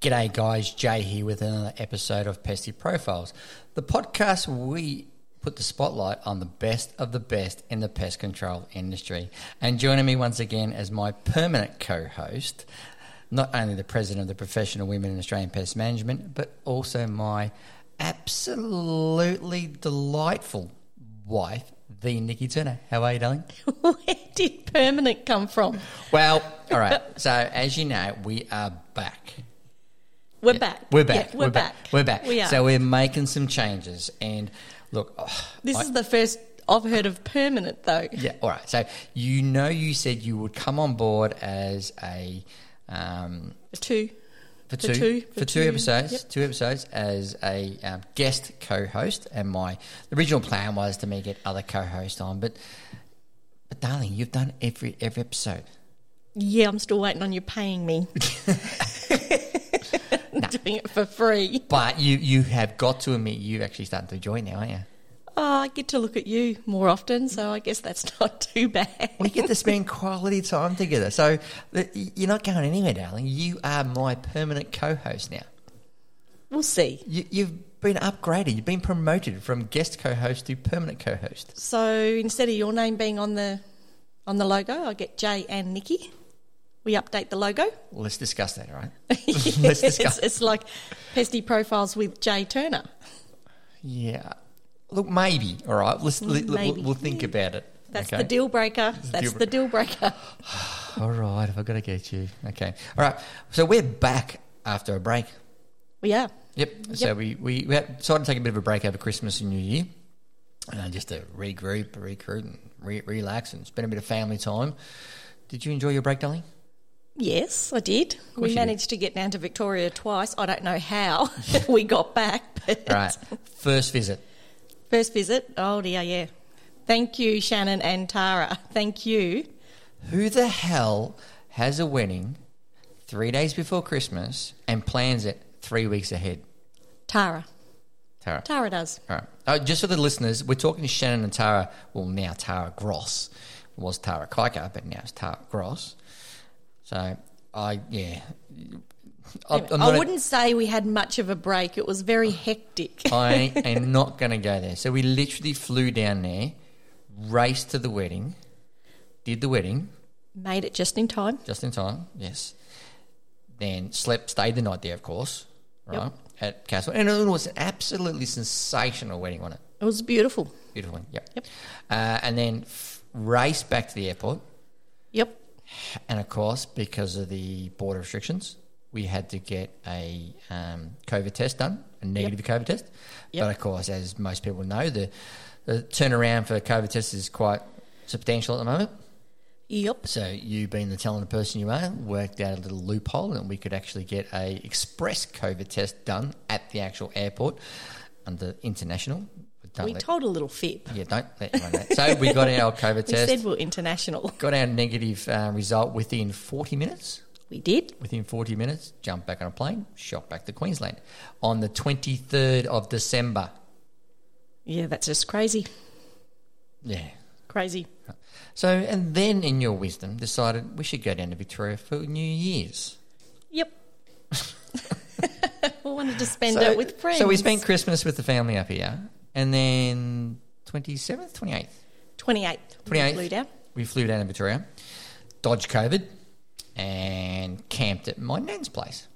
G'day, guys. Jay here with another episode of Pesty Profiles, the podcast where we put the spotlight on the best of the best in the pest control industry. And joining me once again as my permanent co host, not only the president of the Professional Women in Australian Pest Management, but also my absolutely delightful wife, the Nikki Turner. How are you, darling? Where did permanent come from? Well, all right. So, as you know, we are back. We're back. We're back. Yeah, we're, back. We're back. We are. So we're making some changes. And look, oh, this I- is the first I've heard of permanent, though. yeah. All right. So you know, you said you would come on board as a um, Two. for For two, two, for for two, two, episodes, yep. two episodes as a um, guest co-host. And my the original plan was to me get other co-hosts on, but but darling, you've done every every episode. Yeah, I'm still waiting on you paying me. Doing it for free. But you you have got to admit you've actually started to enjoy it now, aren't you? Oh, I get to look at you more often, so I guess that's not too bad. We get to spend quality time together. So th- you're not going anywhere, darling. You are my permanent co-host now. We'll see. You, you've been upgraded. You've been promoted from guest co-host to permanent co-host. So instead of your name being on the on the logo, I get Jay and Nikki. We update the logo. Let's discuss that, all right? Let's discuss. it's, it's like pesty profiles with Jay Turner. Yeah. Look, maybe. All right. Let's let- let- Maybe. We'll, we'll think about it. That's okay? the deal breaker. That's deal the deal breaker. All right. I've got to get you. Okay. All right. So we're back after a break. Yeah. Yep. So we, we, we had decided to take a bit of a break over Christmas and New Year, uh, just to regroup, recruit, and re- relax, and spend a bit of family time. Did you enjoy your break, darling? Yes, I did. course We you managed to get down to Victoria twice. I don't know how we got back, but Right. First visit. first visit. Oh dear, yeah. Thank you, Shannon and Tara. Thank you. Who the hell has a wedding three days before Christmas and plans it three weeks ahead? Tara. Tara. Tara does. All right. Uh, just for the listeners, we're talking to Shannon and Tara. Well, now Tara Gross It was Tara Kiker, but now it's Tara Gross. So I yeah. I, Anyway, I'm I not a- Oh. wouldn't say we had much of a break. It was very hectic. I am not going to go there. So we literally flew down there, raced to the wedding, did the wedding Made it just in time. just in time. Yes. Then slept, stayed the night there, of course, right at Castle, and it was an absolutely sensational wedding, wasn't it? It was beautiful. Beautiful. Yep. Yep. Uh, and then f- raced back to the airport, Yep. and of course, because of the border restrictions, we had to get a um, COVID test done, a negative COVID test. Yep. But of course, as most people know, the, the turnaround for COVID tests is quite substantial at the moment. Yep. So you, being the talented person you are, worked out a little loophole, and we could actually get a express COVID test done at the actual airport under international. But Don't We let- told a little fib. yeah, don't let anyone know. So we got our COVID We test, said we we're international. got our negative uh, result within 40 minutes. We did. Within 40 minutes, jumped back on a plane, shot back to Queensland on the 23rd of December. Yeah, that's just crazy. Yeah. Crazy. So, and then in your wisdom, decided we should go down to Victoria for New Year's. Yep. we wanted to spend so, it with friends. So we spent Christmas with the family up here, and then 27th, 28th, 28th. 28th. We flew down. we flew down to Victoria, dodged COVID, and camped at my nan's place.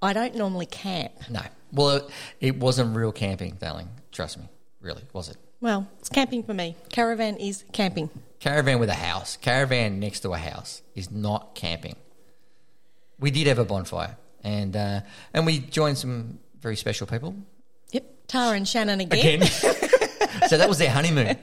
I don't normally camp. No. Well, it, it wasn't real camping, darling. Trust me. Really, was it? Well, it's camping for me. Caravan is camping. Caravan with a house, caravan next to a house is not camping. We did have a bonfire, and uh, and we joined some very special people Yep. Tara and Shannon again. again. so that was their honeymoon.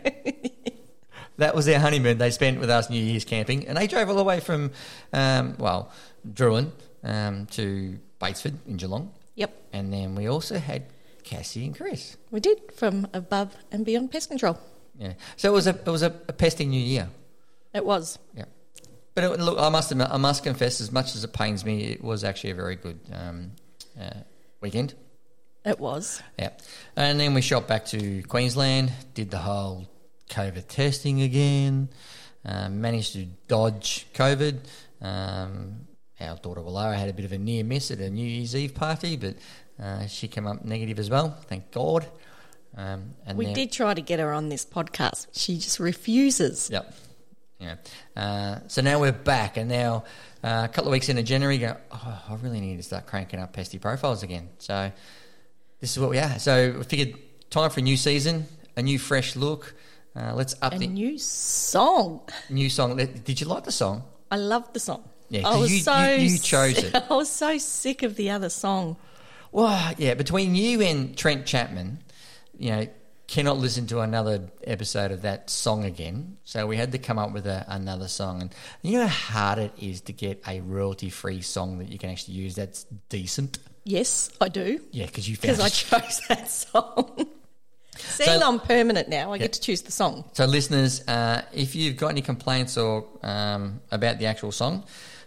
That was their honeymoon. They spent with us New Year's camping, and they drove all the way from, um, well, Druin um, to Batesford in Geelong, Yep. and then we also had Cassie and Chris. We did from above and beyond pest control. Yeah. So it was a it was a, a pesting New Year. It was. Yeah. But it, look, I must admit, I must confess, as much as it pains me, it was actually a very good um, uh, weekend. It was. Yeah. And then we shot back to Queensland, did the whole COVID testing again, um, managed to dodge COVID, um, our daughter Willara had a bit of a near miss at a New Year's Eve party, but uh, she came up negative as well. Thank God. Um, and We then- did try to get her on this podcast. She just refuses. Yep. Yeah. Uh, so now we're back, and now uh, a couple of weeks into January, you go, oh, I really need to start cranking up pesty profiles again. So this is what we are. So we figured time for a new season, a new fresh look. Uh, let's up A the new song. new song. Did you like the song? I loved the song. Yeah, I 'cause was you- so you- you chose it. I was so sick of the other song. Well, yeah, between you and Trent Chapman, you know, cannot listen to another episode of that song again. So we had to come up with a, another song. And you know how hard it is to get a royalty free song that you can actually use that's decent? Yes, I do Yeah, because you because found it. I chose that song. Seeing I'm permanent now, I get to choose the song. So, listeners, uh, if you've got any complaints or um, about the actual song,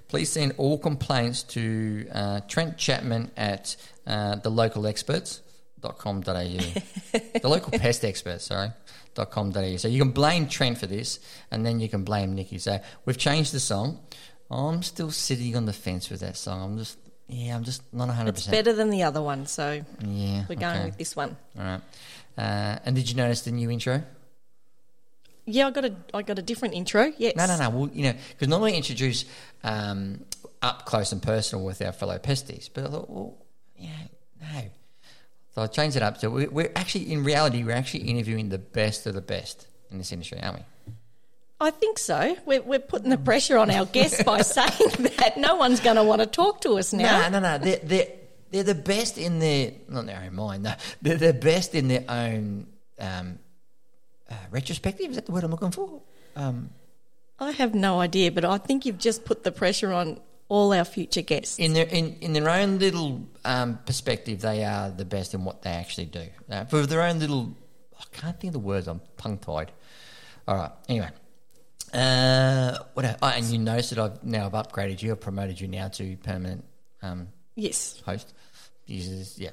please send all complaints to uh, Trent Chapman at uh, thelocalexperts.com.au. the local pest experts, sorry. .com.au. So you can blame Trent for this, and then you can blame Nikki. So we've changed the song. I'm still sitting on the fence with that song. I'm just, yeah, I'm just not 100. It's percent better than the other one, so Yeah, we're going okay. with this one. All right. Uh, and did you notice the new intro? Yeah, I got a I got a different intro. Yes, No, no, no. Well, you know, because normally I introduce um, up close and personal with our fellow pesties, but I thought, well, yeah, no. So I changed it up. So we, we're actually, in reality, we're actually interviewing the best of the best in this industry, aren't we? I think so. We're, we're putting the pressure on our guests by saying that no one's going to want to talk to us now. No, no, no. They're, they're, they're the best in their, not their own mind, no. They're the best in their own um, uh, retrospective. Is that the word I'm looking for? Um, I have no idea, but I think you've just put the pressure on all our future guests. in their in, in their own little um, perspective, they are the best in what they actually do. Uh, for their own little, I can't think of the words. I'm tongue tied. All right. Anyway, uh, what? el- Oh, and you notice that I've now I've upgraded you. I've promoted you now to permanent um, Yes, host. Users, yeah.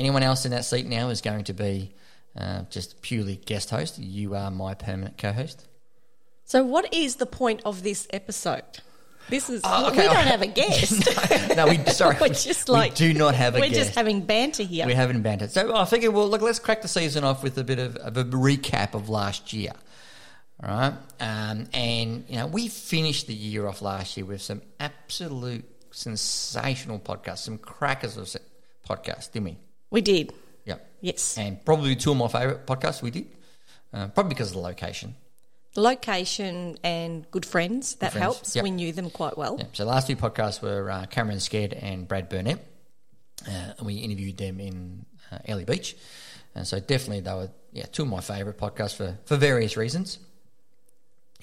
Anyone else in that seat now is going to be uh, just purely guest host. You are my permanent co-host. So, what is the point of this episode? This is Oh, okay. we don't have a guest. No, we sorry. We're just we like- do not have a We're guest. just having banter here. We haven't banned it. So I figured, well, look, let's crack the season off with a bit of, of a recap of last year. All right. Um, and, you know, we finished the year off last year with some absolute sensational podcasts, some crackers of se- podcasts, didn't we? we did. Yep. Yes. And probably two of my favourite podcasts we did, uh, probably because of the location. The location and good friends, that friends, helps. yep. We knew them quite well. Yeah. So the last two podcasts were uh, Cameron Scared and Brad Burnett, uh, and we interviewed them in uh, Ellie Beach. And so definitely they were yeah two of my favourite podcasts for for various reasons.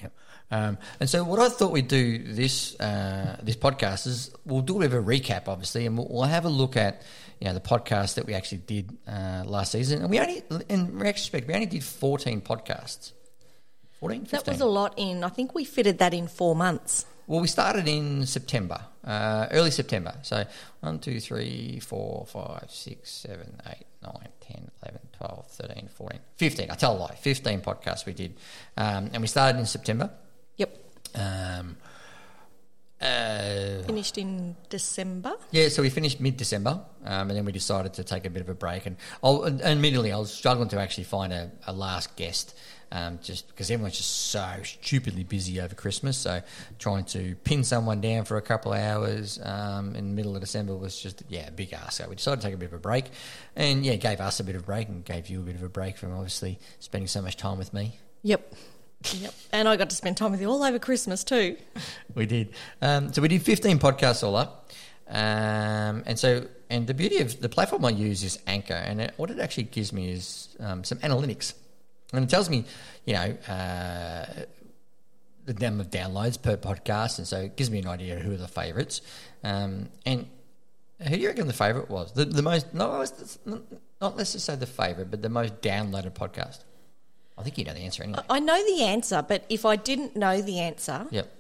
Yep. Um, and so what I thought we'd do this uh, this podcast is we'll do a bit of a recap, obviously, and we'll, we'll have a look at you know the podcast that we actually did uh, last season. And we only, in retrospect, we only did fourteen podcasts. 14, 15. That was a lot in, I think we fitted that in four months. Well, we started in September, uh, early September. So 1, 2, 3, 4, 5, 6, 7, 8, 9, 10, 11, 12, 13, 14, 15. I tell a lie, 15 podcasts we did. Um, and we started in September. Yep. Um, uh, Finished in December. yeah, so we finished mid December, um, and then we decided to take a bit of a break. And I'll, and admittedly, I was struggling to actually find a, a last guest, um, just because everyone's just so stupidly busy over Christmas. So trying to pin someone down for a couple of hours um, in the middle of December was just yeah a big ask. So we decided to take a bit of a break, and yeah, gave us a bit of a break and gave you a bit of a break from obviously spending so much time with me. Yep. Yep. And I got to spend time with you all over Christmas too. we did. Um, so we did 15 podcasts all up. Um, and so, and the beauty of the platform I use is Anchor. And it, what it actually gives me is um, some analytics. And it tells me, you know, uh, the number of downloads per podcast. And so it gives me an idea of who are the favorites. Um, and who do you reckon the favorite was? The, the most, no, I was- not let's just say the favorite, but the most downloaded podcast. I think you know the answer anyway. I know the answer, but if I didn't know the answer, Yep.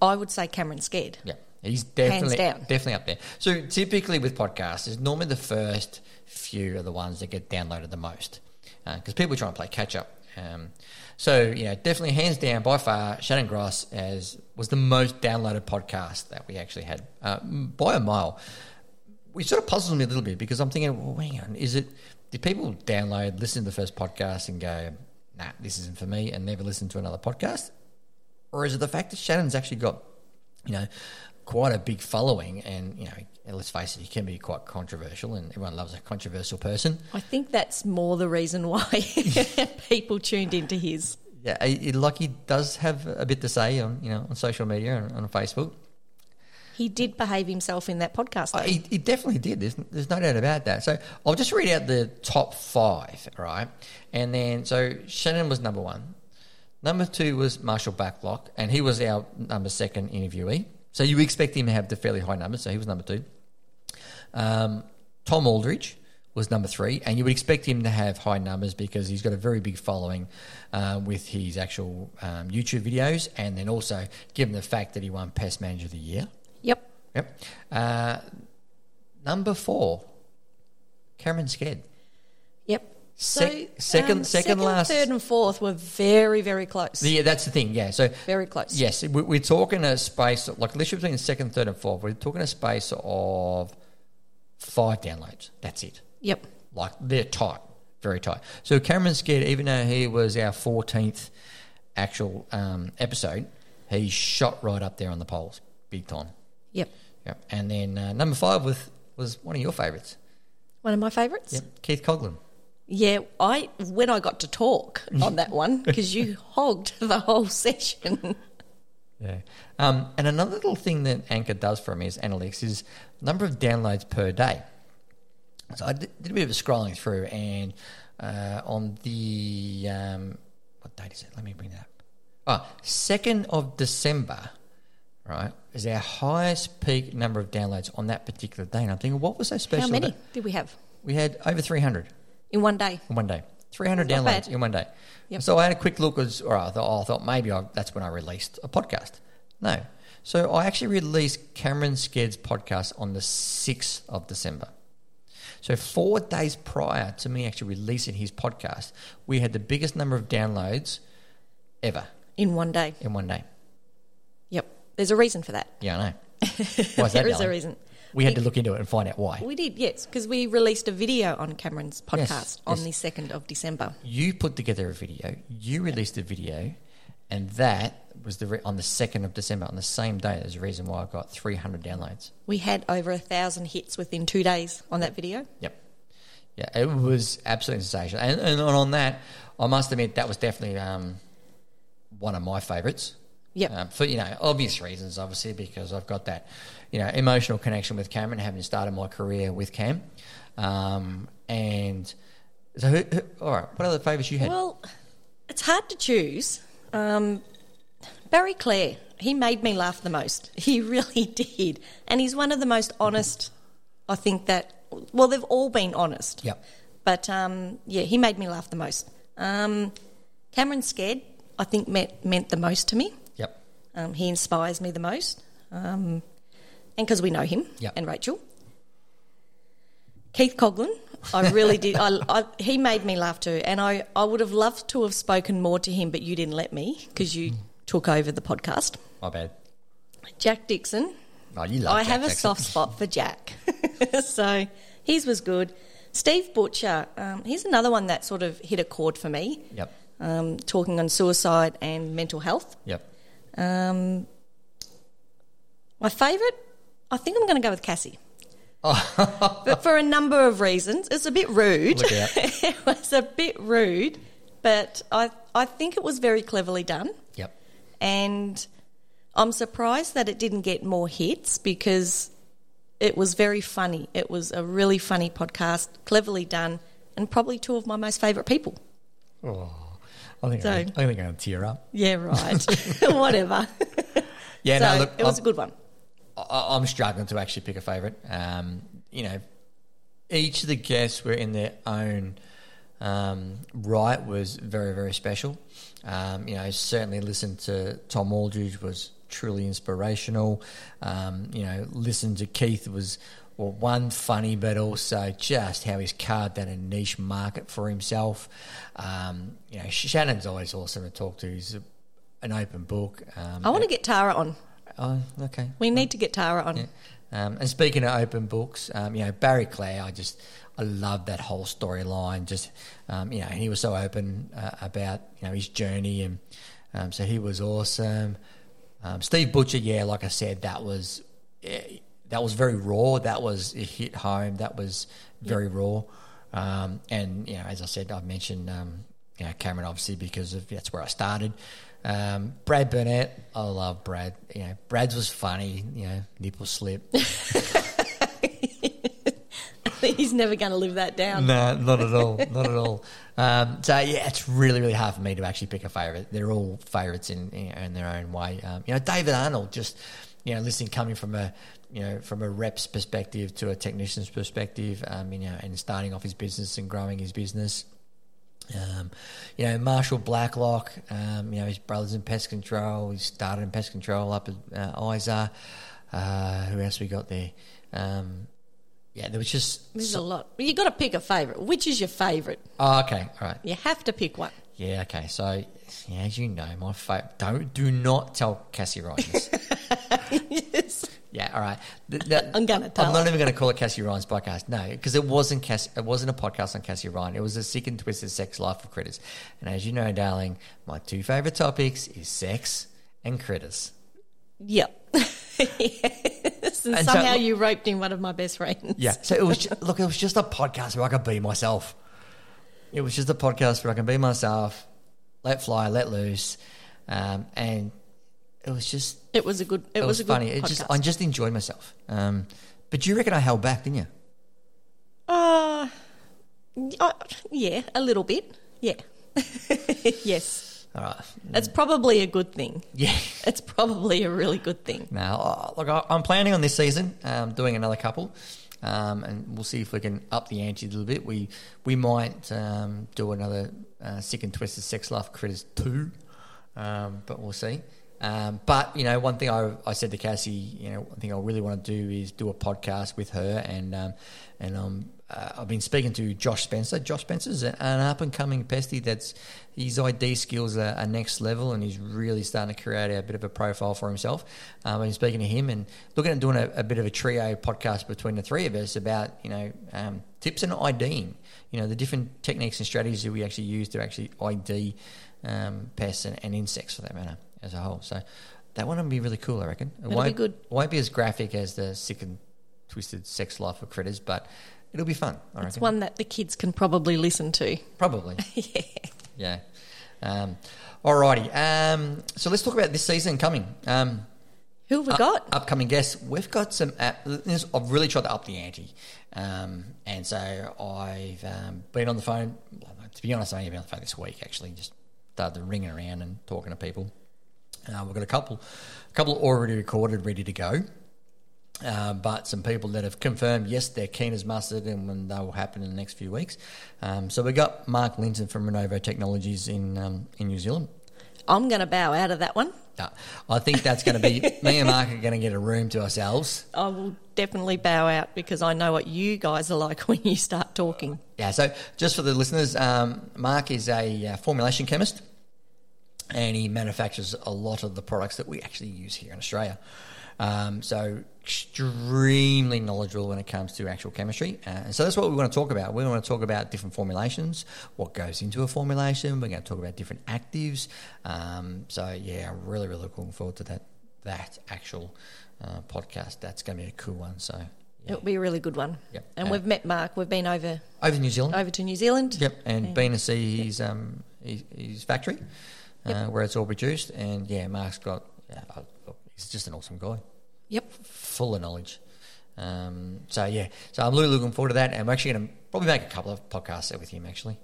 I would say Cameron Scared. Yeah, he's definitely down. definitely up there. So typically with podcasts, is normally uh, the first few are the ones that get downloaded the most because people are trying to play catch up. Um, so you know, definitely hands down by far, Shannon Grass as was the most downloaded podcast that we actually had uh, by a mile. We sort of puzzles me a little bit because I'm thinking, well, hang on, is it did people download, listen to the first podcast, and go, nah, this isn't for me, and never listen to another podcast, or is it the fact that Shannon's actually got, you know, quite a big following, and you know, and let's face it, he can be quite controversial, and everyone loves a controversial person. I think that's more the reason why people tuned into his. Yeah, he, he- like he does have a bit to say on you know on social media and on Facebook. He did behave himself in that podcast. Uh, though. He, he definitely did. There's, there's no doubt about that. So I'll just read out the top five, all right? And then, so Shannon was number one. Number two was Marshall Backlock, and he was our number second interviewee. So you expect him to have the fairly high numbers, so he was number two. Um, Tom Aldridge was number three, and you would expect him to have high numbers because he's got a very big following uh, with his actual um, YouTube videos, and then also given the fact that he won Pest Manager of the Year. Yep. Yep. Uh, number four, Cameron Sked. Yep. Sec- second- second last- um, third, and fourth were very, very close. Yeah, that's the thing. Yeah. So, very close. yes, we- we're talking a space, like literally between second, third, and fourth, we're talking a space of five downloads. That's it. Yep. Like they're tight, very tight. So, Cameron Sked, even though he was our 14th actual um, episode, he shot right up there on the polls, big time. Yep. Yep. And then uh, number five with, was one of your favourites, One of my favourites. yep. Keith Coglin. Yeah, I when I got to talk on that one because you hogged the whole session. Yeah. Um, and another little thing that Anchor does for me is analytics is number of downloads per day. So I did did a bit of scrolling through, and uh, on the um, what date is it? Let me bring that up. Oh, second of December, right, is our highest peak number of downloads on that particular day. And I'm thinking, what was so special? How many about- did we have We had over 300 in one day? in one day. 300 Not downloads bad. in one day. Yep. So I had a quick look. As, or I thought, oh, I thought maybe I, that's when I released a podcast. No. So I actually released Cameron Sked's podcast on the 6th of December. So four days prior to me actually releasing his podcast, we had the biggest number of downloads ever In one day. in one day. Yep. There's a reason for that. Yeah, I know. Why is that, there is a Dylan? reason. We had to look into it and find out why. We did, yes, because we released a video on Cameron's podcast Yes, on yes. the second of December. you put together a video, you released a video, and that was the re- on the second of December on the same day. There's a reason why I got 300 downloads. We had over a thousand hits within two days on that video. Yep, yeah, it was absolutely sensational. And, and on that, I must admit that was definitely um, one of my favourites. Yep. Um, for you know obvious reasons, obviously because I've got that you know emotional connection with Cameron, having started my career with Cam, um, and so who, who, all right. What other favourites you had? Well, it's hard to choose. Um, Barry Clare, he made me laugh the most. He really did. And he's one of the most honest, I think that, well, they've all been honest. yep, But um, yeah, he made me laugh the most. Um, Cameron Scared, I think, meant, meant the most to me. yep, Um, he inspires me the most. Um, and because we know him Yeah. and Rachel. Keith Coglin, I really did. I, I, he made me laugh too. And I, I would have loved to have spoken more to him, but you didn't let me because you Hmm. took over the podcast. my bad. Jack Dixon, Oh, you love I Jack have a Jackson. soft spot for Jack. so his was good. Steve Butcher, um, he's another one that sort of hit a chord for me, Yep. um, talking on suicide and mental health. Yep. Um, my favourite, I think I'm going to go with Cassie. but for a number of reasons, it's a bit rude. Oh. Look out. it was a bit rude, but I I think it was very cleverly done, Yep. and I'm surprised that it didn't get more hits because it was very funny. It was a really funny podcast, cleverly done, and probably two of my most favourite people. Oh, I think So- I, I think I'm going to tear up. Yeah, right. Whatever. Yeah, so no, look, it was a good one. I'm, I- I'm struggling to actually pick a favourite. Um, you know, each of the guests were in their own um, right was very very special. Um, you know, certainly listen to Tom Aldridge was truly inspirational. Um, you know, listen to Keith was well, one funny, but also just how he's carved out a niche market for himself. Um, you know, Shannon's always awesome to talk to. He's a, an open book. Um, I want to get Tara on. Oh, okay. We need to get Tara on. Um, and speaking of open books, um, you know Barry Clare, I just I love that whole storyline. Just um, you know, he was so open uh, about you know his journey, and um, so he was awesome. Um, Steve Butcher, yeah, like I said, that was eh, that was very raw. That was it hit home. That was very raw. Um, and you know, as I said, I've mentioned um, you know Cameron obviously because of that's where I started. Um, Brad Burnett, I love Brad. You know, Brad's was funny. You know, nipple slip. He's never going to live that down. No, not at all. Not at all. Um, so yeah, it's really, really hard for me to actually pick a favorite. They're all favorites in you know, in their own way. Um, you know, David Arnold, just you know, listening coming from a you know from a rep's perspective to a technician's perspective, um, you know, and starting off his business and growing his business. Um, you know, Marshall Blacklock, um, you know, his brother's in pest control. He started in pest control up at uh, ISA. Uh, who else we got there? Um, yeah, there was just. There's a lot. you got to pick a favourite. Which is your favourite? Oh, okay. All right. You have to pick one. Yeah, okay. So, yeah, as you know, my favorite. Don't do not tell Cassie Rhines. yes. yeah, all right. Th- that- I'm gonna tell I'm not her. even going to call it Cassie Rhines podcast. No, because it wasn't Cass- It wasn't a podcast on Cassie Ryan. It was a sick and twisted sex life of critters. And as you know, darling, my two favorite topics is sex and critters. Yep. yes. And, And so- somehow you roped in one of my best friends. Yeah. So it was ju- look, it was just a podcast where I could be myself. It was just a podcast where I can be myself, let fly, let loose, um, and it was just It was a good. It, it was, a good funny. It just podcast. I just enjoyed myself. Um, but you reckon I held back, didn't you? Uh, uh, yeah, a little bit. Yeah. yes. All right. It's probably a good thing. Yeah. It's probably a really good thing. Now, look, I- I'm planning on this season um, doing another couple, um, and we'll see if we can up the ante a little bit. We we might um, do another uh, sick and twisted sex life critters two, um, but we'll see. Um, but you know, one thing I, I said to Cassie, you know, one thing I really want to do is do a podcast with her, and um, and um, uh, I've been speaking to Josh Spencer. Josh Spencer's an up and coming pesty. That's his ID skills are, are next level, and he's really starting to create a bit of a profile for himself. Um, I've been speaking to him and looking at doing a, a bit of a trio podcast between the three of us about you know um, tips and IDing. You know the different techniques and strategies that we actually use to actually ID um, pests and, and insects for that matter as a whole. So that one would be really cool, I reckon. It be won't good. Won't be as graphic as the sick and twisted sex life of critters, but it'll be fun. I It's reckon. one that the kids can probably listen to. Probably. yeah. Yeah. Um, alrighty. Um, so let's talk about this season coming. Um, Who have we got? upcoming guests. We've got some. Uh, this- I've really tried to up the ante, um, and so I've um, been on the phone. To be honest, I've only been on the phone this week. Actually, just started ringing around and talking to people. Uh, we've got a couple, a couple already recorded, ready to go. Uh, but some people that have confirmed, yes, they're keen as mustard, and when that will happen in the next few weeks. Um, so we got Mark Linton from Renovo Technologies in um, in New Zealand. I'm going to bow out of that one. No, I think that's going to be me and Mark are going to get a room to ourselves. I will definitely bow out because I know what you guys are like when you start talking. Yeah, so just for the listeners, um, Mark is a uh, formulation chemist and he manufactures a lot of the products that we actually use here in Australia. Um, so, extremely knowledgeable when it comes to actual chemistry. Uh, and so, that's what we want to talk about. We want to talk about different formulations, what goes into a formulation. We're going to talk about different actives. Um, so, yeah, I'm really, really looking forward to that that actual uh, podcast. That's going to be a cool one. So, yeah. It'll be a really good one. Yep. And Uh, we've met Mark. We've been over over to New Zealand. over to New Zealand. Yep, and been to see his um his, his factory uh, where it's all produced, and yeah, Mark's got yeah, uh, look, he's just an awesome guy, Yep. full of knowledge. Um, so yeah, so I'm really looking forward to that, and we're actually going to probably make a couple of podcasts with him actually,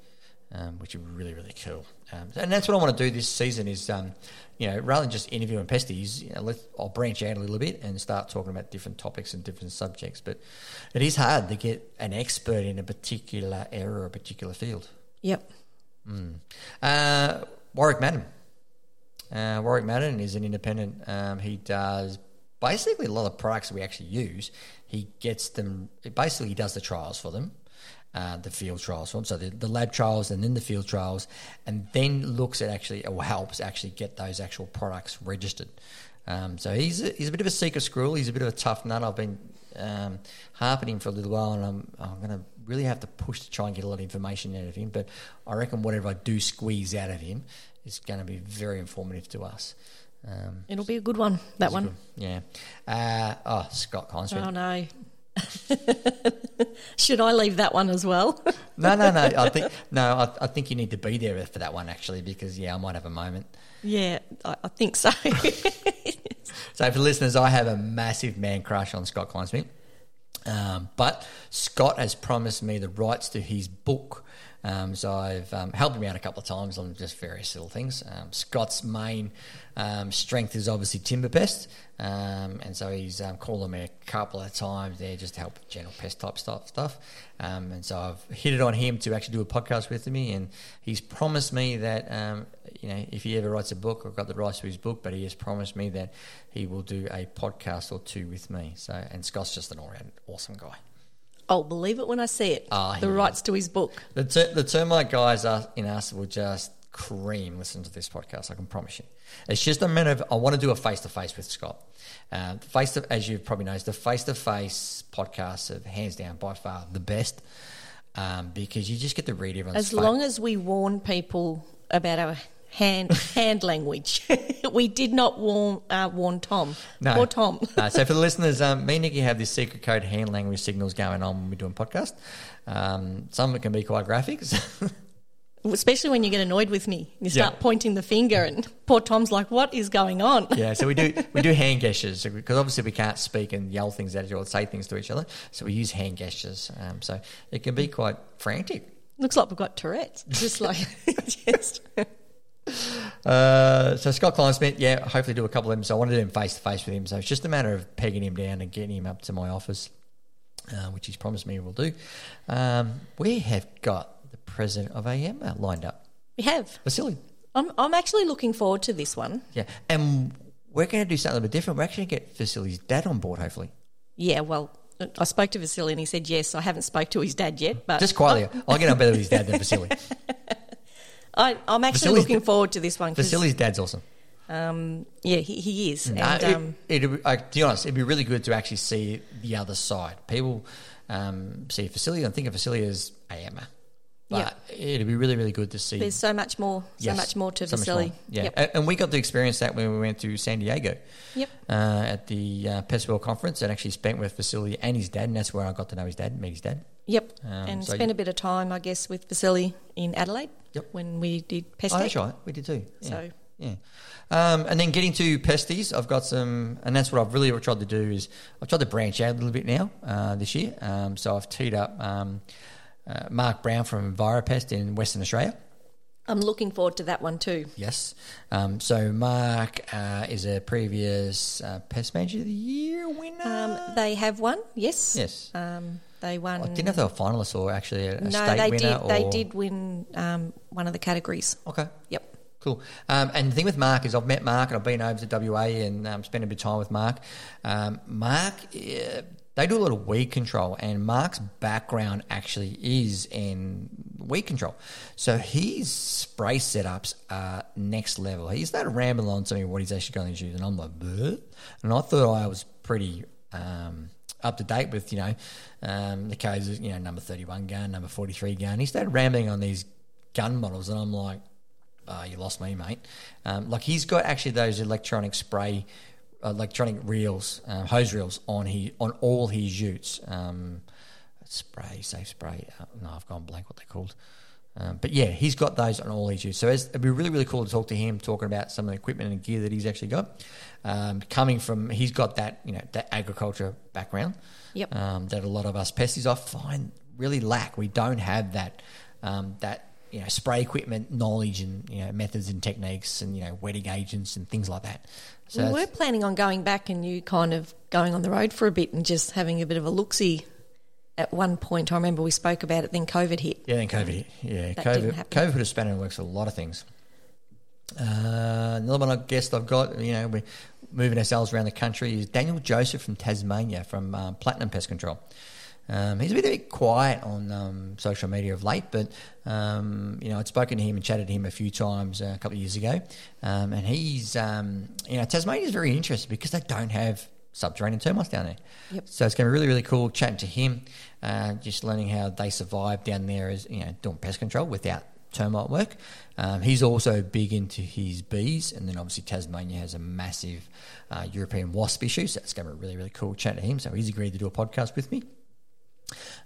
um, which would be really really cool. Um, and that's what I want to do this season is, um, you know, rather than just interviewing pesties, you know, let I'll branch out a little bit and start talking about different topics and different subjects. But it is hard to get an expert in a particular area or a particular field. Yep. Uh, Warwick Madden. Uh, Warwick Madden is an independent. Um, he does basically a lot of products we actually use. He gets them, basically, he does the trials for them, uh, the field trials for them. So the, the lab trials and then the field trials, and then looks at actually, or helps actually get those actual products registered. Um, so he's a, he's a bit of a secret squirrel. He's a bit of a tough nut. I've been um, harping him for a little while, and I'm, I'm going to really have to push to try and get a lot of information out of him. But I reckon whatever I do squeeze out of him is going to be very informative to us. Um, It'll be a good one, that one. yeah. Uh, oh, Scott Consford. Oh, no. Oh, Should I leave that one as well? No, no, no. I think no. I, I think you need to be there for that one actually, because yeah, I might have a moment. yeah, I, I think so. So for listeners, I have a massive man crush on Scott Kleinsmith. Um, but Scott has promised me the rights to his book. Um, so I've um, helped him out a couple of times on just various little things. Um, Scott's main um, strength is obviously timber pest, um, and so he's um, called me a couple of times there just to help with general pest type stuff. stuff. Um, and so I've hit it on him to actually do a podcast with me, and he's promised me that um, you know if he ever writes a book, I've got the rights to his book, but he has promised me that he will do a podcast or two with me. So and Scott's just an all round awesome guy. I'll believe it when I see it. Ah, the here we rights to his book. The, ter- the termite guys are in us will just cream listen to this podcast. I can promise you. It's just a matter of I want to do a face to face with Scott. Uh, face to as you probably know, the face to face podcasts are hands down by far the best um, because you just get to read everyone's As fa- long as we warn people about our hand hand language, we did not warn uh, warn Tom. No. Poor Tom. Uh, so for the listeners, um, me and Nikki have this secret code hand language signals going on when we're doing podcast. Um, some of it can be quite graphic. Especially when you get annoyed with me, you Yeah. start pointing the finger, and poor Tom's like, "What is going on?" Yeah, so we do we do hand gestures because obviously we can't speak and yell things at each other, say things to each other. So we use hand gestures. Um, so it can be quite frantic. Looks like we've got Tourette's. Just like, just Uh, so Scott Kleinsmith, yeah, hopefully do a couple of them. So I want to do them face to face with him. So it's just a matter of pegging him down and getting him up to my office, uh, which he's promised me we'll do. Um, we have got the president of AM lined up, we have. Vasily. I'm I'm actually looking forward to this one. Yeah, and we're going to do something a bit different. We're actually going to get Vasily's dad on board, hopefully. Yeah, well, I spoke to Vasily and he said yes. I haven't spoke to his dad yet, but Just quietly, I'll get on better with his dad than Vasily. I, I'm actually Vasily's- looking forward to this one. 'cause, Vasily's dad's awesome. um, yeah, he, he is. Uh, And, it- um, it'd be- like, to be honest, it'd be really good to actually see the other side. People um, see Facility and think of Facility as AMA. But it'd be really, really good to see. there's so much more, Yes, so much more to so much more. Vasily. Yeah. Yep. A- And we got to experience that when we went to San Diego Yep. uh, at the uh, Pest World Conference and actually spent with Facility and his dad. And that's where I got to know his dad, meet his dad. Yep. Um, and so spent you- a bit of time, I guess, with Vasily in Adelaide Yep. when we did Pest Oh, Tech. that's right. We did too. Yeah. So- yeah. Um, and then getting to pesties, I've got some, and that's what I've really tried to do is I've tried to branch out a little bit now uh, this year. Um, so I've teed up um, uh, Mark Brown from Enviropest in Western Australia. I'm looking forward to that one too. Yes. Um, so Mark uh, is a previous uh, Pest Manager of the Year winner. Um, they have won, yes. yes. Um, they won. I didn't know if they were finalists or actually a, a no, state they winner. did. They or- did win um, one of the categories. Okay. Yep. Cool. Um, and the thing with Mark is, I've met Mark and I've been over to WA and um, spent a bit of time with Mark. Um, Mark, uh, they do a lot of weed control, and Mark's background actually is in weed control. So his spray setups are next level. He started rambling on to me what he's actually going to use, and I'm like, "Bleh." and I thought I was pretty. Um, up to date with you know um, the codes, you know number thirty one gun, number forty three gun. He started rambling on these gun models, and I'm like, uh, you lost me, mate. Um, like he's got actually those electronic spray, electronic reels, um, hose reels on he on all his utes. Um, spray, safe spray. Uh, no, I've gone blank. What they called. Um, but yeah, he's got those on all his utes. So it's, it'd be really, really cool to talk to him, talking about some of the equipment and gear that he's actually got. Um, coming from, he's got that, you know, that agriculture background Yep. um, that a lot of us pesties I find really lack. We don't have that um, that you know spray equipment knowledge and you know methods and techniques and you know wetting agents and things like that. So we were that's- planning on going back and you kind of going on the road for a bit and just having a bit of a look see. At one point, I remember we spoke about it, then COVID hit. yeah, then COVID. hit. Yeah, That COVID. didn't happen. COVID put a spanner in the works for a lot of things. Uh, another one I guess I've got. You know, we moving ourselves around the country is Daniel Joseph from Tasmania from um, Platinum Pest Control. Um, he's a bit, a bit quiet on um, social media of late, but um, you know I'd spoken to him and chatted to him a few times uh, a couple of years ago, um, and he's um, you know Tasmania's very interesting because they don't have subterranean termites down there, Yep. so it's going to be really really cool chatting to him, uh, just learning how they survive down there as you know doing pest control without termite work. Um, he's also big into his bees, and then obviously Tasmania has a massive uh, European wasp issue, so it's going to be really really cool chatting to him. So he's agreed to do a podcast with me.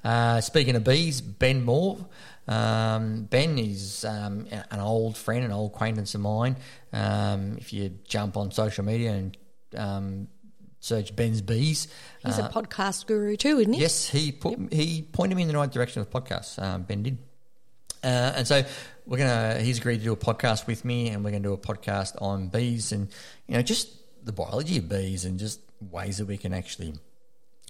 Uh, speaking of bees, Ben Moore. Um, ben is um, a- an old friend, an old acquaintance of mine. Um, if you jump on social media and um, search Ben's Bees, He's a podcast guru too, isn't he? Uh-huh. yes, he put, he pointed me in the right direction with podcasts. Um, ben did. Uh, and so we're gonna. He's agreed to do a podcast with me, and we're gonna do a podcast on bees and you know just the biology of bees and just ways that we can actually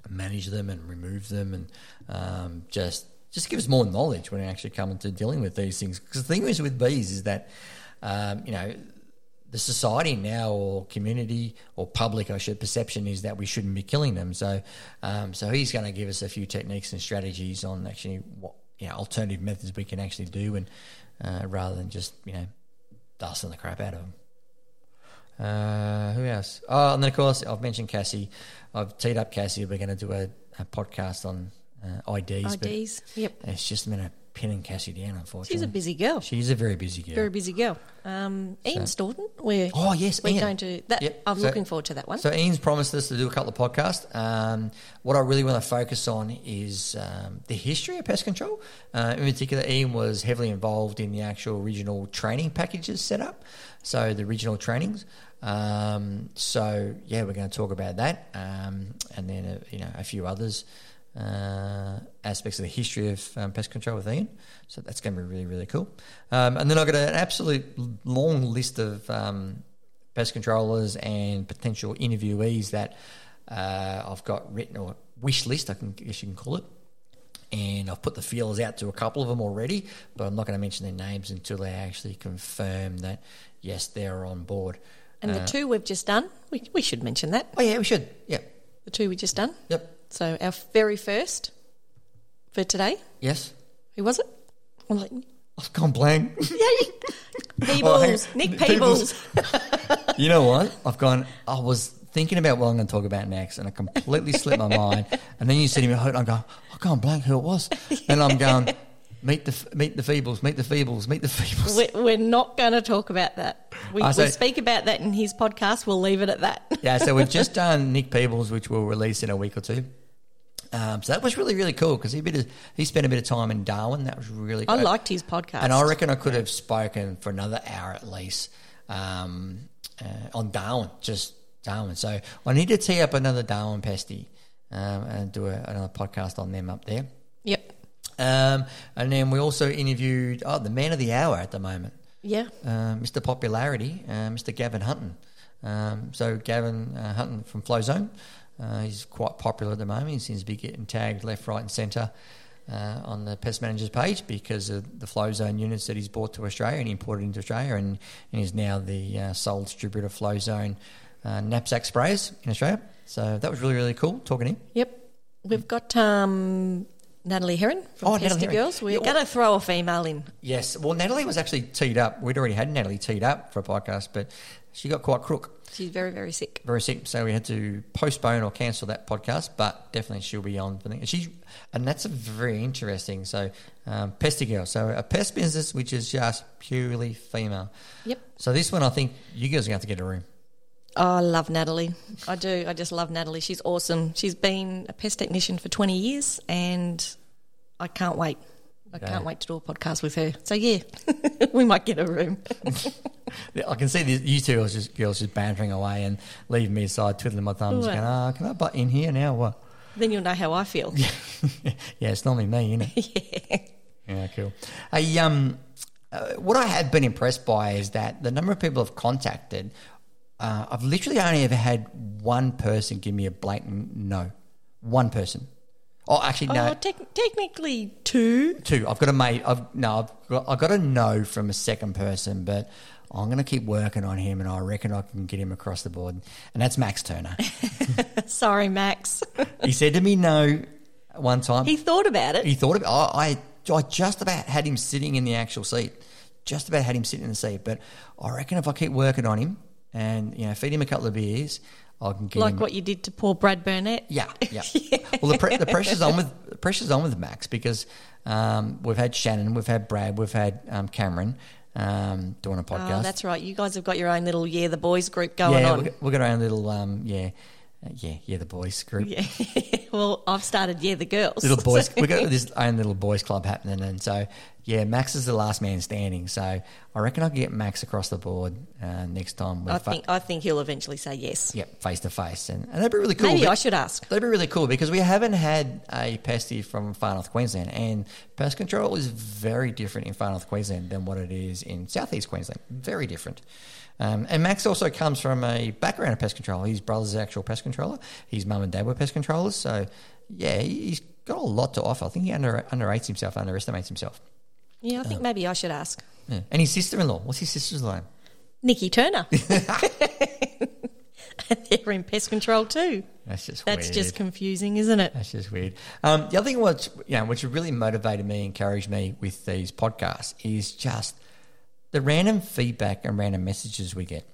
manage them and remove them and um, just just give us more knowledge when it actually comes to dealing with these things. Because the thing is with bees is that um, you know the society now or community or public, I should perception is that we shouldn't be killing them. So, um, so he's going to give us a few techniques and strategies on actually what you know alternative methods we can actually do, and uh, rather than just you know dusting the crap out of them. Uh, who else? Oh, and then of course I've mentioned Cassie. I've teed up Cassie. We're going to do a, a podcast on uh, IDs, IDs. Yep. but it's just been a pinning Cassie down. Unfortunately, She's a busy girl. She's a very busy girl. Very busy girl. Um, Ian Staunton, we're Oh, yes, we're Ian. going to that. Yep. I'm So- looking forward to that one. So Ian's promised us to do a couple of podcasts. Um, what I really want to focus on is um, the history of pest control. Uh, in particular, Ian was heavily involved in the actual original training packages set up, so the original trainings. Um, so yeah, we're going to talk about that, um, and then uh, you know a few others uh, aspects of the history of um, pest control with Ian. So that's going to be really really cool. Um, and then I've got an absolute long list of. Um, pest controllers and potential interviewees that uh, I've got written or wish list, I can guess you can call it. And I've put the feelers out to a couple of them already, but I'm not going to mention their names until they actually confirm that yes, they're on board. and uh, the two we've just done, we, we should mention that. Oh yeah, we should. Yep, The two we just done. yep, So our very first for today, yes. who was it? I'm like, I've gone blank. Oh, hang Peebles, on. Nick Peebles. Peebles. you know what? I've gone. I was thinking about what I'm going to talk about next, and I completely slipped my mind. And then you said to me, "I am going. I can't blank who it was." And I'm going, "Meet the meet the Feebles, meet the Feebles, meet the Feebles." We're, we're not going to talk about that. We, I we say- speak about that in his podcast. We'll leave it at that. yeah, so we've just done Nick Peebles, which we'll release in a week or two. Um, so that was really really cool because he bit of, he spent a bit of time in Darwin. That was really. I good. liked his podcast. Uh, And I reckon I could have spoken for another hour at least um, uh, on Darwin, just Darwin. So I need to tee up another Darwin pesty um, and do a, another podcast on them up there. yep. Um, and then we also interviewed oh, the man of the hour at the moment, Yeah. uh, Mr. Popularity, uh, Mr. Gavin Hunton. Um, so Gavin uh, Hunton from Flow Zone, uh, he's quite popular at the moment. He seems to be getting tagged left, right, and centre uh, on the pest managers page because of the Flow Zone units that he's brought to Australia and imported into Australia, and, and he's now the uh, sole distributor of Flow Zone uh, knapsack sprays in Australia. So that was really, really cool talking to him. Yep. We've got um, Natalie Heron from Oh, oh, Natalie Herron. Girls. We're Yeah, going to throw a female in. Yes. Well, Natalie was actually teed up. We'd already had Natalie teed up for a podcast, but she got quite crook. She's very, very sick. very sick, so we had to postpone or cancel that podcast. But definitely, she'll be on for the next. She and that's a very interesting. So, um, pesty girl. So a pest business which is just purely female. Yep. So this one, I think you guys are going to have to get a room. Oh, I love Natalie. I do. I just love Natalie. She's awesome. She's been a pest technician for 20 years and I can't wait. I Yeah. can't wait to do a podcast with her. So, yeah, we might get a room. I can see these, you two girls just, girls just bantering away and leaving me aside, twiddling my thumbs, Right. going, "Ah, can I butt in here now?" What? then you'll know how I feel. yeah, it's normally me, isn't it? yeah. cool. Hey, um, uh, what I have been impressed by is that the number of people I've contacted, uh, I've literally only ever had one person give me a blatant no. One person. Oh, actually, no. Oh, tec- technically, two. Two. I've got a mate. I've no. I've got, I got a no from a second person, but I'm going to keep working on him, and I reckon I can get him across the board. And that's Max Turner. Sorry, Max. he said to me no one time. he thought about it. He thought of I, I, I just about had him sitting in the actual seat. Just about had him sitting in the seat. But I reckon if I keep working on him and you know feed him a couple of beers, I can get like him. what you did to poor Brad Burnett. Yeah, yeah. Well, the, pre- the pressure's on with the pressure's on with Max because um, we've had Shannon, we've had Brad, we've had um, Cameron um, doing a podcast. Oh, that's right. You guys have got your own little yeah, the boys group going yeah, on. we we got our own little um, yeah, uh, yeah, yeah, the boys group. Yeah. well, I've started yeah, the girls. little boys. So- we got this own little boys club happening, and so yeah, Max is the last man standing. So I reckon I can get Max across the board uh, next time. We're I fa- think I think he'll eventually say yes. Yep, face to face, and and that'd be really cool. Maybe But- I should ask. That'd be really cool because we haven't had a E pesty from Far North Queensland, and pest control is very different in Far North Queensland than what it is in Southeast Queensland. Very different. Um, and Max also comes from a background of pest control. His brother's an actual pest controller. His mum and dad were pest controllers. So, yeah, he- he's got a lot to offer. I think he under, underrates himself, underestimates himself. Yeah, I Uh. think maybe I should ask. Yeah. And his sister-in-law. What's his sister-in-law? name? Nikki Turner. And They're in pest control too. That's just That's weird. Uh. just confusing, isn't it? That's just weird. Um, the other thing, which you know, which really motivated me, encouraged me with these podcasts, is just the random feedback and random messages we get.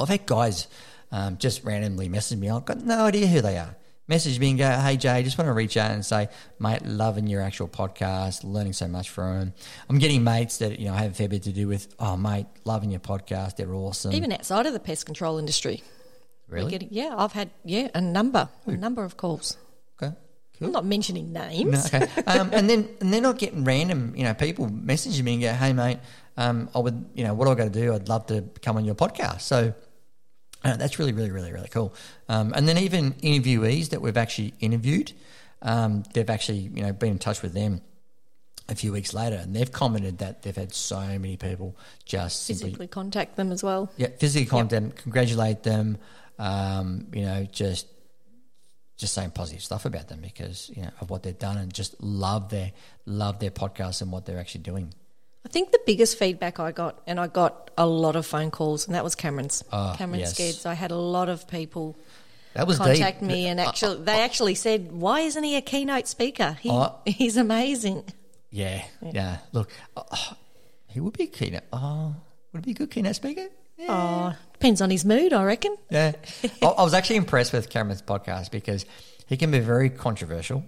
I've had guys um, just randomly message me. I've got no idea who they are. Message me and go, hey Jay, just want to reach out and say, mate, loving your actual podcast, learning so much from. I'm getting mates that you know I have a fair bit to do with. Oh mate, loving your podcast, they're awesome. Even outside of the pest control industry. We're really? getting- yeah, I've had yeah, a number. A number of calls. okay. I'm not mentioning names. No, okay. um, and then and they're not getting random, you know, people messaging me and go, "Hey, mate, um, I would, you know, what do I got to do? I'd love to come on your podcast." So uh, that's really, really, really, really cool. Um, and then even interviewees that we've actually interviewed, um, they've actually, you know, been in touch with them a few weeks later, and they've commented that they've had so many people just simply Physically contact them as well. yeah, physically contact them, congratulate them, um, you know, just just saying positive stuff about them because you know of what they've done and just love their love their podcast and what they're actually doing. I think the biggest feedback I got, and I got a lot of phone calls, and that was Cameron's. Ah, Cameron's yes. kids. I had a lot of people That was contact deep. me, and actually, they actually said, "Why isn't he a keynote speaker? He, I- he's amazing." Yeah, yeah. Look, oh, he would be a keynote. Oh, would he be a good keynote speaker? Yeah. Oh, depends on his mood, I reckon. Yeah. I, I was actually impressed with Cameron's podcast because he can be very controversial.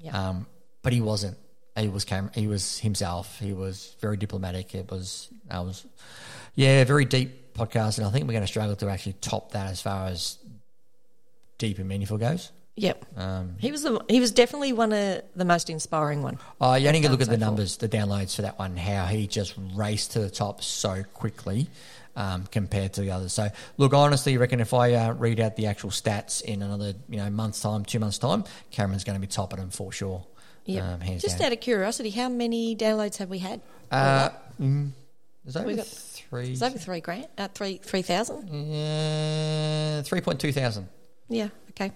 Yeah. Um, but he wasn't. He was Cameron. He was himself. He was very diplomatic. It was. I was. Yeah, very deep podcast, and I think we're going to struggle to actually top that as far as deep and meaningful goes. Yep, Um, he was the he was definitely one of the most inspiring one. Uh, you only can look at the numbers, the downloads for that one, how he just raced to the top so quickly um, compared to the others. So, look, I honestly reckon if I uh, read out the actual stats in another you know month's time, two months' time, Cameron's going to be topping him for sure. Yeah, Um, hands just down. out of curiosity, how many downloads have we had? Uh, mm, there's over We got- three. It's over three grand, uh, three three thousand. Yeah, 3.2 thousand. Yeah, okay,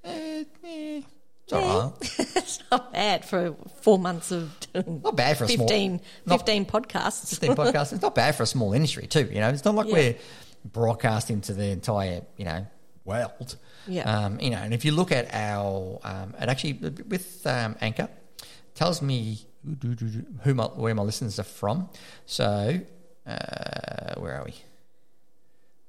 Eh, eh, it's all right. that's not bad for four months of doing Not bad for a small 15, not- 15 podcasts. 16 podcasts. It's not bad for a small industry too. You know, it's not like Yeah. we're broadcasting to the entire you know world. Yeah. Um, you know, and if you look at our, um, and actually with um, Anchor, tells me who my, where my listeners are from. So, uh, where are we?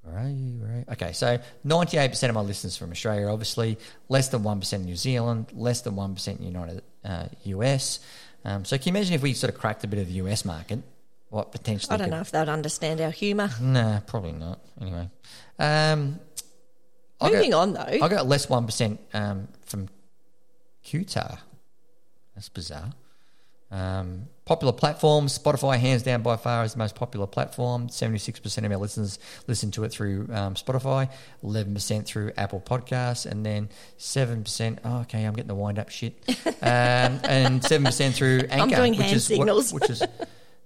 Where are you? Where are you? Okay, so 98% of my listeners from Australia, obviously, less than 1% New Zealand, less than 1% United uh, US. Um, so can you imagine if we sort of cracked a bit of the US market? What potentially? I don't could- know if they'd understand our humour. Nah, probably not. Anyway, um, I Moving got, on though, I got less one percent um, from Qatar. That's bizarre. Um, popular platform Spotify, hands down by far, is the most popular platform. Seventy-six percent of our listeners listen to it through um, Spotify, eleven percent through Apple Podcasts, and then seven percent. Oh, okay, I'm getting the wind-up shit. Um, and seven percent through Anchor, doing which hand is what- signals. which is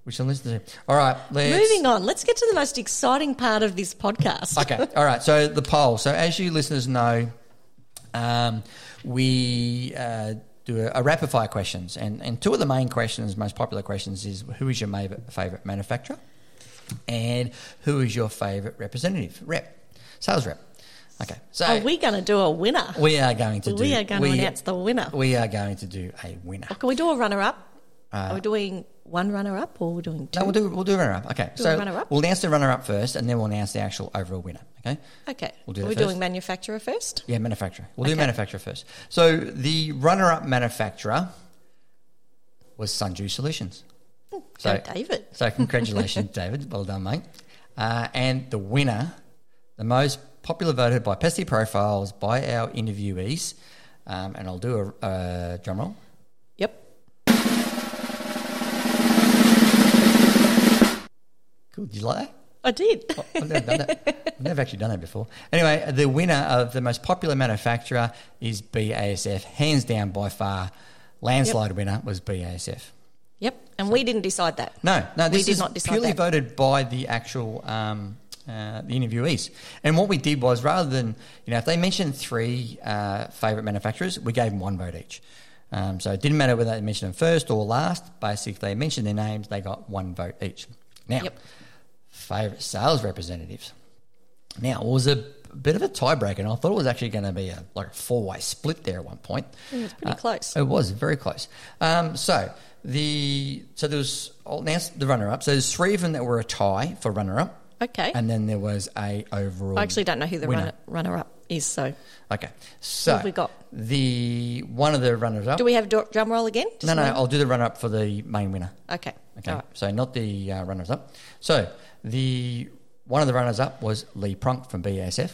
which I'm listening to. All right, let's moving on. Let's get to the most exciting part of this podcast. Okay. All right. So the poll. So as you listeners know, um, we uh, do a, a rapid fire questions, and, and two of the main questions, most popular questions, is who is your favorite, favorite manufacturer? And who is your favourite representative? Rep, sales rep. Okay, so Are Oh, we going to do a winner? we are going to do. We are going to announce the winner. We are going to do a winner. Can we do a runner up? are we doing one runner up or we're doing two? Uh, No, we'll do we'll do runner up. Okay, Do so a runner-up? we'll announce the runner up first, and then we'll announce the actual overall winner. Okay. okay. We'll do are that we first. doing manufacturer first? Yeah, manufacturer. We'll do Okay. manufacturer first. So the runner-up manufacturer was Sunju Solutions. So David. So congratulations, David. Well done, mate. Uh, and the winner, the most popular voted by Pesty Profiles by our interviewees, um, and I'll do a, a drum roll. Yep. Cool. Did you like that? Oh, I did. I've never done that. I've never actually done that before. Anyway, the winner of the most popular manufacturer is BASF. Hands down, by far, landslide winner was BASF. yep. And we didn't decide that. No, no, We this did is not decide purely that. voted by the actual um, uh, the interviewees. And what we did was rather than you know if they mentioned three uh, favorite manufacturers, we gave them one vote each. Um, so it didn't matter whether they mentioned them first or last. Basically, if they mentioned their names, they got one vote each. Now, Yep. favorite sales representatives. Now it was a bit of a tiebreaker, and I thought it was actually going to be a like a four way split there at one point. It was Uh, pretty close. It was very close. Um, so the so there was I'll announce the runner up. So there's three of them that were a tie for runner up, Okay. and then there was a overall. I actually don't know who the winner. runner, runner up is. So Okay, so What have we got? the one of the runners up. do we have do- drum roll again? no, no, I'll do the runner up for the main winner. Okay. Okay, All right. so not the uh, runners up. So the one of the runners up was Lee Prunk from BASF.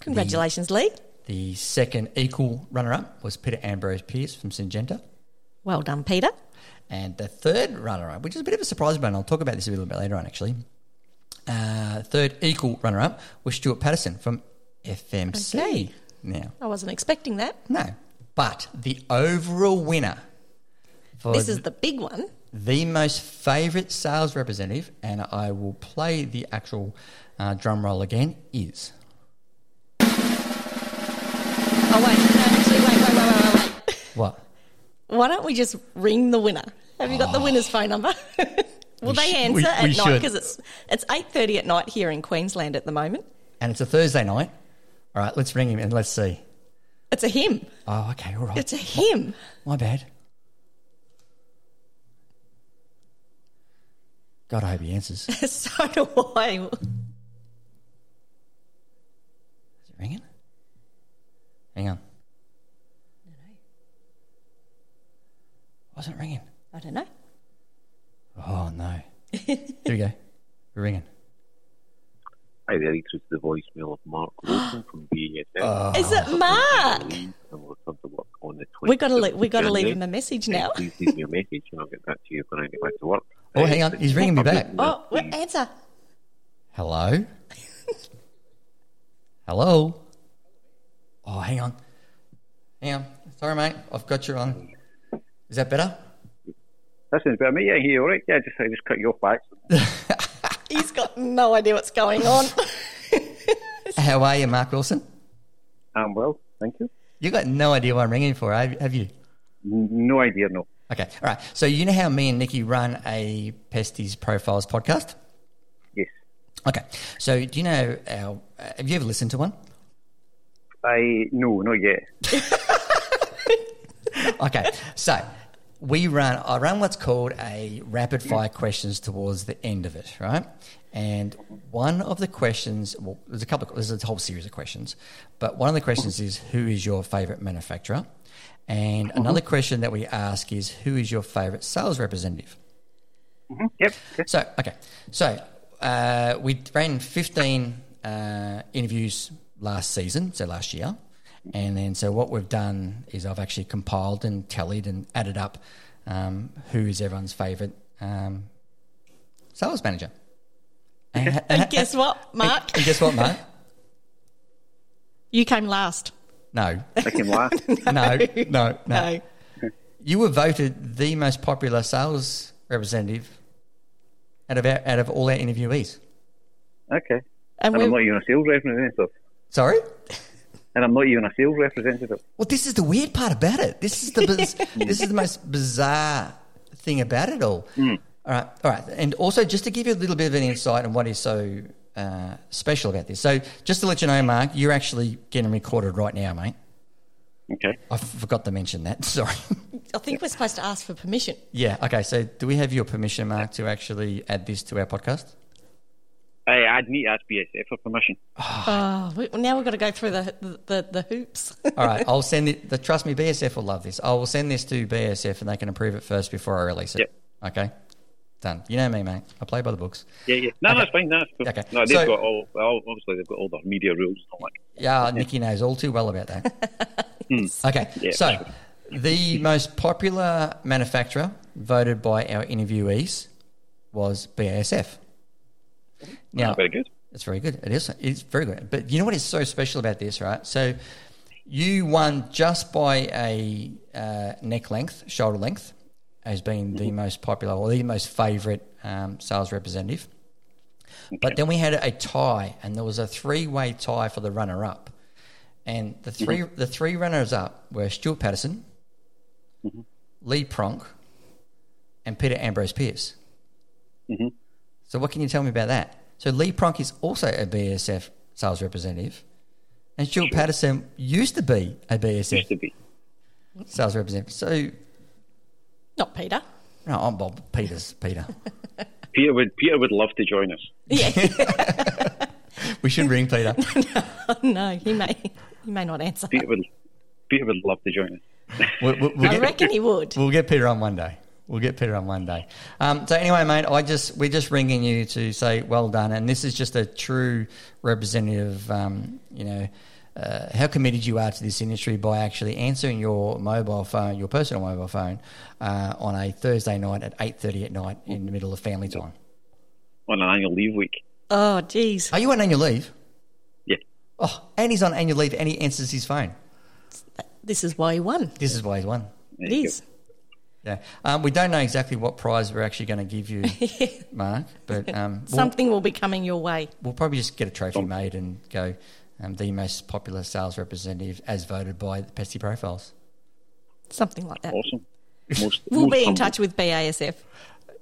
Congratulations, Lee. The second equal runner up was Peter Ambrose Pierce from Syngenta. Well done, Peter. And the third runner up, which is a bit of a surprise one, I'll talk about this a little bit later on actually. Uh, third equal runner up was Stuart Patterson from FMC. Okay. Now, I wasn't expecting that. no, but the overall winner for This is the big one. the most favourite sales representative, and I will play the actual uh, drum roll again, is. Oh wait, no, actually, wait, wait, wait, wait, wait, wait. What? Why don't we just ring the winner? Have you got the winner's phone number? Will Oh. We they sh- answer we- at we night? should. Because it's it's eight thirty at night here in Queensland at the moment. And it's a Thursday night. All right, let's ring him and let's see. It's a him. Oh, okay, all right. It's a him. My bad. God, I hope he answers. Is so do I. it ringing? Hang on. Wasn't ringing. I don't know. Oh no. Here we go. We're ringing. Hi there, this is the voicemail of Mark Wilson from BASF. Uh, Is it Mark? on the We gotta 27th le- we gotta of leave January. him a message now. Please leave me a message and I'll get back to you when I get back to work. Oh, Uh, hang on. but- He's ringing me back. Oh, well, answer. Hello. Hello. Oh, hang on. Hang on. Sorry, mate. I've got you on. Is that better? This is about me. Yeah, here, all right. Yeah, just I just cut you off back. He's got no idea what's going on. How are you, Mark Wilson? I'm well, thank you. You got no idea what I'm ringing for, have have you? N- No idea, no. Okay, all right. So you know how me and Nikki run a Pesties Profiles podcast? Yes, Okay. So do you know our? uh, Have you ever listened to one? I no, not yet. Okay. so we run. I run what's called a rapid fire questions towards the end of it, right? And one of the questions, well, there's a couple. Of, there's a whole series of questions, but one of the questions is who is your favorite manufacturer, and another question that we ask is who is your favorite sales representative. Hmm, Yep. yes. So okay, so uh, we ran fifteen uh, interviews last season, so last year, and then so what we've done is I've actually compiled and tallied and added up um, who is everyone's favourite um, sales manager. And, and guess what, Mark? and guess what, Mark? You came last. No, I can laugh. no, no, no. No. You were voted the most popular sales representative out of our, out of all our interviewees. okay. And And I'm we not even a sales representative. Sorry. And I'm not even a sales representative. Well, this is the weird part about it. This is the biz- this is the most bizarre thing about it all. All right, all right. And also, just to give you a little bit of an insight on what is so uh, special about this. So, just to let you know, Mark, you're actually getting recorded right now, mate. Okay. I forgot to mention that. Sorry. I think we're supposed to ask for permission. yeah. Okay. So, do we have your permission, Mark, to actually add this to our podcast? I, I'd need to ask BSF for permission. Oh, we, now we've got to go through the the, the hoops. All right. I'll send it. The, trust me, BSF will love this. I will send this to BSF, and they can approve it first before I release it. Okay. Done. You know me, mate. I play by the books. Yeah, yeah. No, that's fine. That's cool. Okay. No, they've So- got all, all. Obviously, they've got all the media rules and all that. Yeah, Nikki knows all too well about that. okay, Yeah, so the most popular manufacturer voted by our interviewees was BASF. Now, Very good. it's very good. It is. It's very good. But you know what is so special about this, right? So you won just by a uh, neck length, shoulder length, as being the most popular or the most favourite um, sales representative. But then we had a tie, and there was a three-way tie for the runner-up, and the 3 the three runners-up were Stuart Patterson, Mm-hmm. Lee Pronk, and Peter Ambrose Pierce. Mm-hmm. So what can you tell me about that? So Lee Pronk is also a BSF sales representative, and Stuart Patterson used to be a BSF Used to be. sales representative. So Not Peter. no, I'm Bob Peters. Peter, Peter would. Peter would love to join us. Yeah, we should ring Peter. no, he may he may not answer. Peter would. Peter would love to join us. We'll, we'll- we'll I get- reckon he would. We'll get Peter on one day. We'll get Peter on one day. Um, so anyway, mate, I just we're just ringing you to say well done, and this is just a true representative. Um, you know. Uh, how committed you are to this industry by actually answering your mobile phone, your personal mobile phone, uh, on a Thursday night at eight thirty at night in the middle of family time. on an annual leave week. Oh, geez, Are you on annual leave? Yeah. Oh, and he's on annual leave, and he answers his phone. this is why he won. This is why he's won. There It you is. Yeah, um, we don't know exactly what prize we're actually going to give you, Mark, but um, we'll- Something will be coming your way. we'll probably just get a trophy made and go um, the most popular sales representative as voted by the Pesty Profiles. Something like that. go. Awesome. Most, We'll most be in humble. touch with BASF.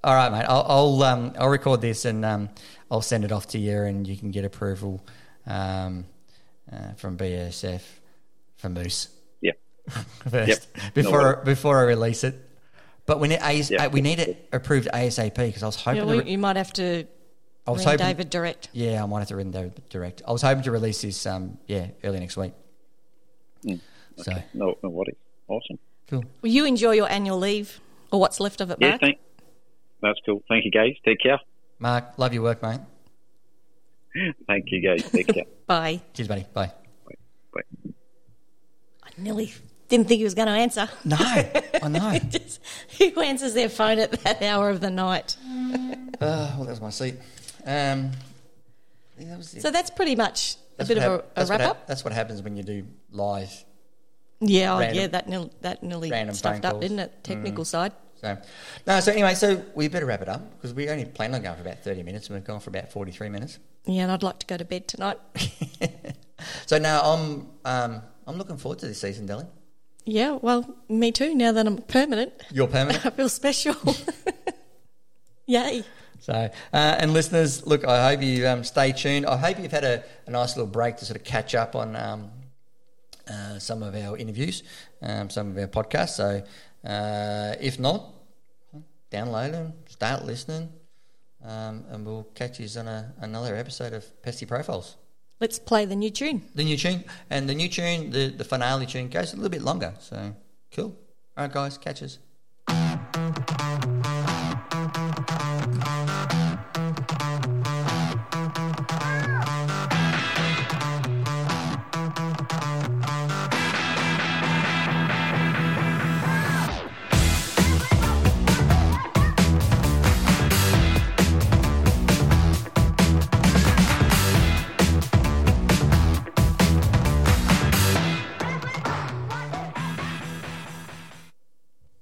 All right, mate. I'll I'll, um, I'll record this and um, I'll send it off to you, and you can get approval um, uh, from BSF for Moose Yeah. first before before I release it. But we need AS- Yeah. uh, we need it approved ASAP because I was hoping Yeah, to well, re- you might have to I was ring hoping David direct. Yeah, I might have to run there direct. I was hoping to release this um, yeah early next week. So No, no worries. Awesome. cool. Will you enjoy your annual leave or what's left of it, Yeah, Mark? thank. That's cool. Thank you, guys. Take care. Mark, love your work, mate. Thank you, guys. Take care. Bye. Cheers, buddy. Bye. Bye. I nearly didn't think he was going to answer. No, I know. Just- Who answers their phone at that hour of the night? Uh, well, that was my seat. Um, yeah, that was it. So that's pretty much That's a bit what of hap- a, a that's what wrap hap- up. that's what happens when you do live. Yeah, oh, Random- yeah, that nearly, that nearly Random stuffed phone up, calls. Mm. didn't it? Technical side. So, no. So anyway, so we better wrap it up because we only planned on going for about thirty minutes, and we've gone for about forty-three minutes. Yeah, and I'd like to go to bed tonight. So now I'm um, I'm looking forward to this season, Dylan. yeah, well, me too. Now that I'm permanent, You're permanent. I feel special. Yay. So, uh, and listeners, look, I hope you um, stay tuned. I hope you've had a, a nice little break to sort of catch up on um, uh, some of our interviews, um, some of our podcasts. So, uh, if not, download them, start listening, um, and we'll catch you on a, another episode of Pesty Profiles. Let's play the new tune. The new tune, and the new tune, the, the finale tune, goes a little bit longer. So, cool. All right, guys, catch us.